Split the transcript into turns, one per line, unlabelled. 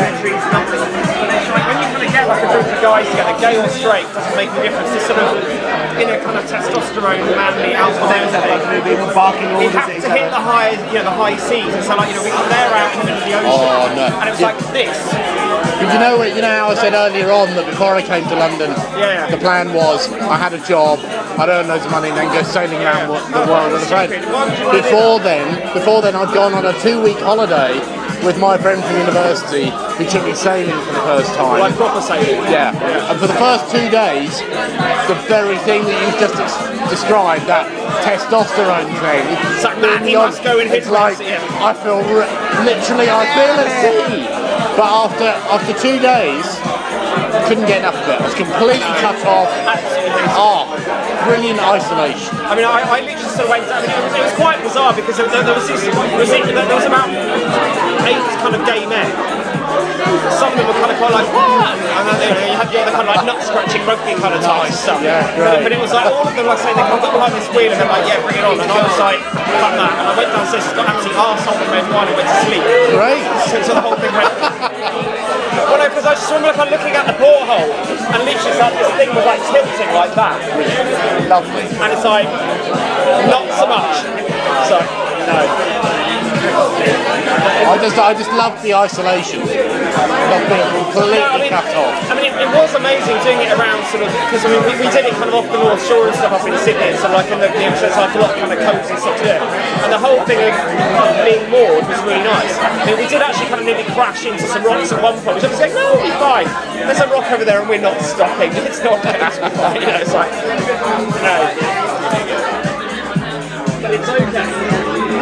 reads the numbers. And it's like when you kind of get like a group of guys together, gay or straight, doesn't make the difference. This sort of inner kind of testosterone, manly, alpha male thing.
They were barking
You
orders
have
at each
to hit the
other.
high, you know, the high seas. And so like, you know, we were there out in the middle of the ocean.
Oh, no.
And it was
Yeah.
like this.
But you know, what- you know how I said earlier on that before I came to London,
Yeah.
the plan was I had a job, I'd earn loads of money, and then go sailing around wo- the world on a boat. Before then, before then, I'd gone on a two-week holiday with my friend from university, who took me sailing for the first time.
Like proper sailing.
Yeah. And for the first two days, the very thing that you just ex- described, that testosterone thing.
It's like, man, he must go and hit
It's like,
rocks, yeah.
I feel, re- literally, I feel at sea. But after, after two days, couldn't get enough of it. I was completely cut off. Ah, brilliant isolation.
I mean, I, I literally sort of went. I mean, it was, it was quite bizarre because there, there was this, there was, it- there was about eight kind of gay men. Some of them were kind of quite like what? And then you, know, you had the other kind of like nut scratching rugby kind of type stuff.
yeah,
but,
great.
but it was like all of them, like saying they kind of got behind this wheel and they're like, yeah, bring it on. And I was like, fuck that. And I went downstairs, just got absolutely arsehole and red wine and went to sleep.
Great.
So, so the whole thing went. Well, no, because I just remember kind of looking out the porthole and literally it's like this thing was like tilting like that
Lovely.
and it's like not so much. So no,
I just, I just loved the isolation. Not being completely
no I mean,
cut off.
I mean, it, it was amazing doing it around sort of because I mean we, we did it kind of off the North Shore and stuff up in Sydney, so like in the you know, so it's like a lot of kind of coats and stuff to do, and the whole thing of being moored was really nice. I mean, we did actually kind of nearly crash into some rocks at one point, which I was like, no, we'll be fine. There's a rock over there, and we're not stopping. It's not going to be fine. You know, it's like no.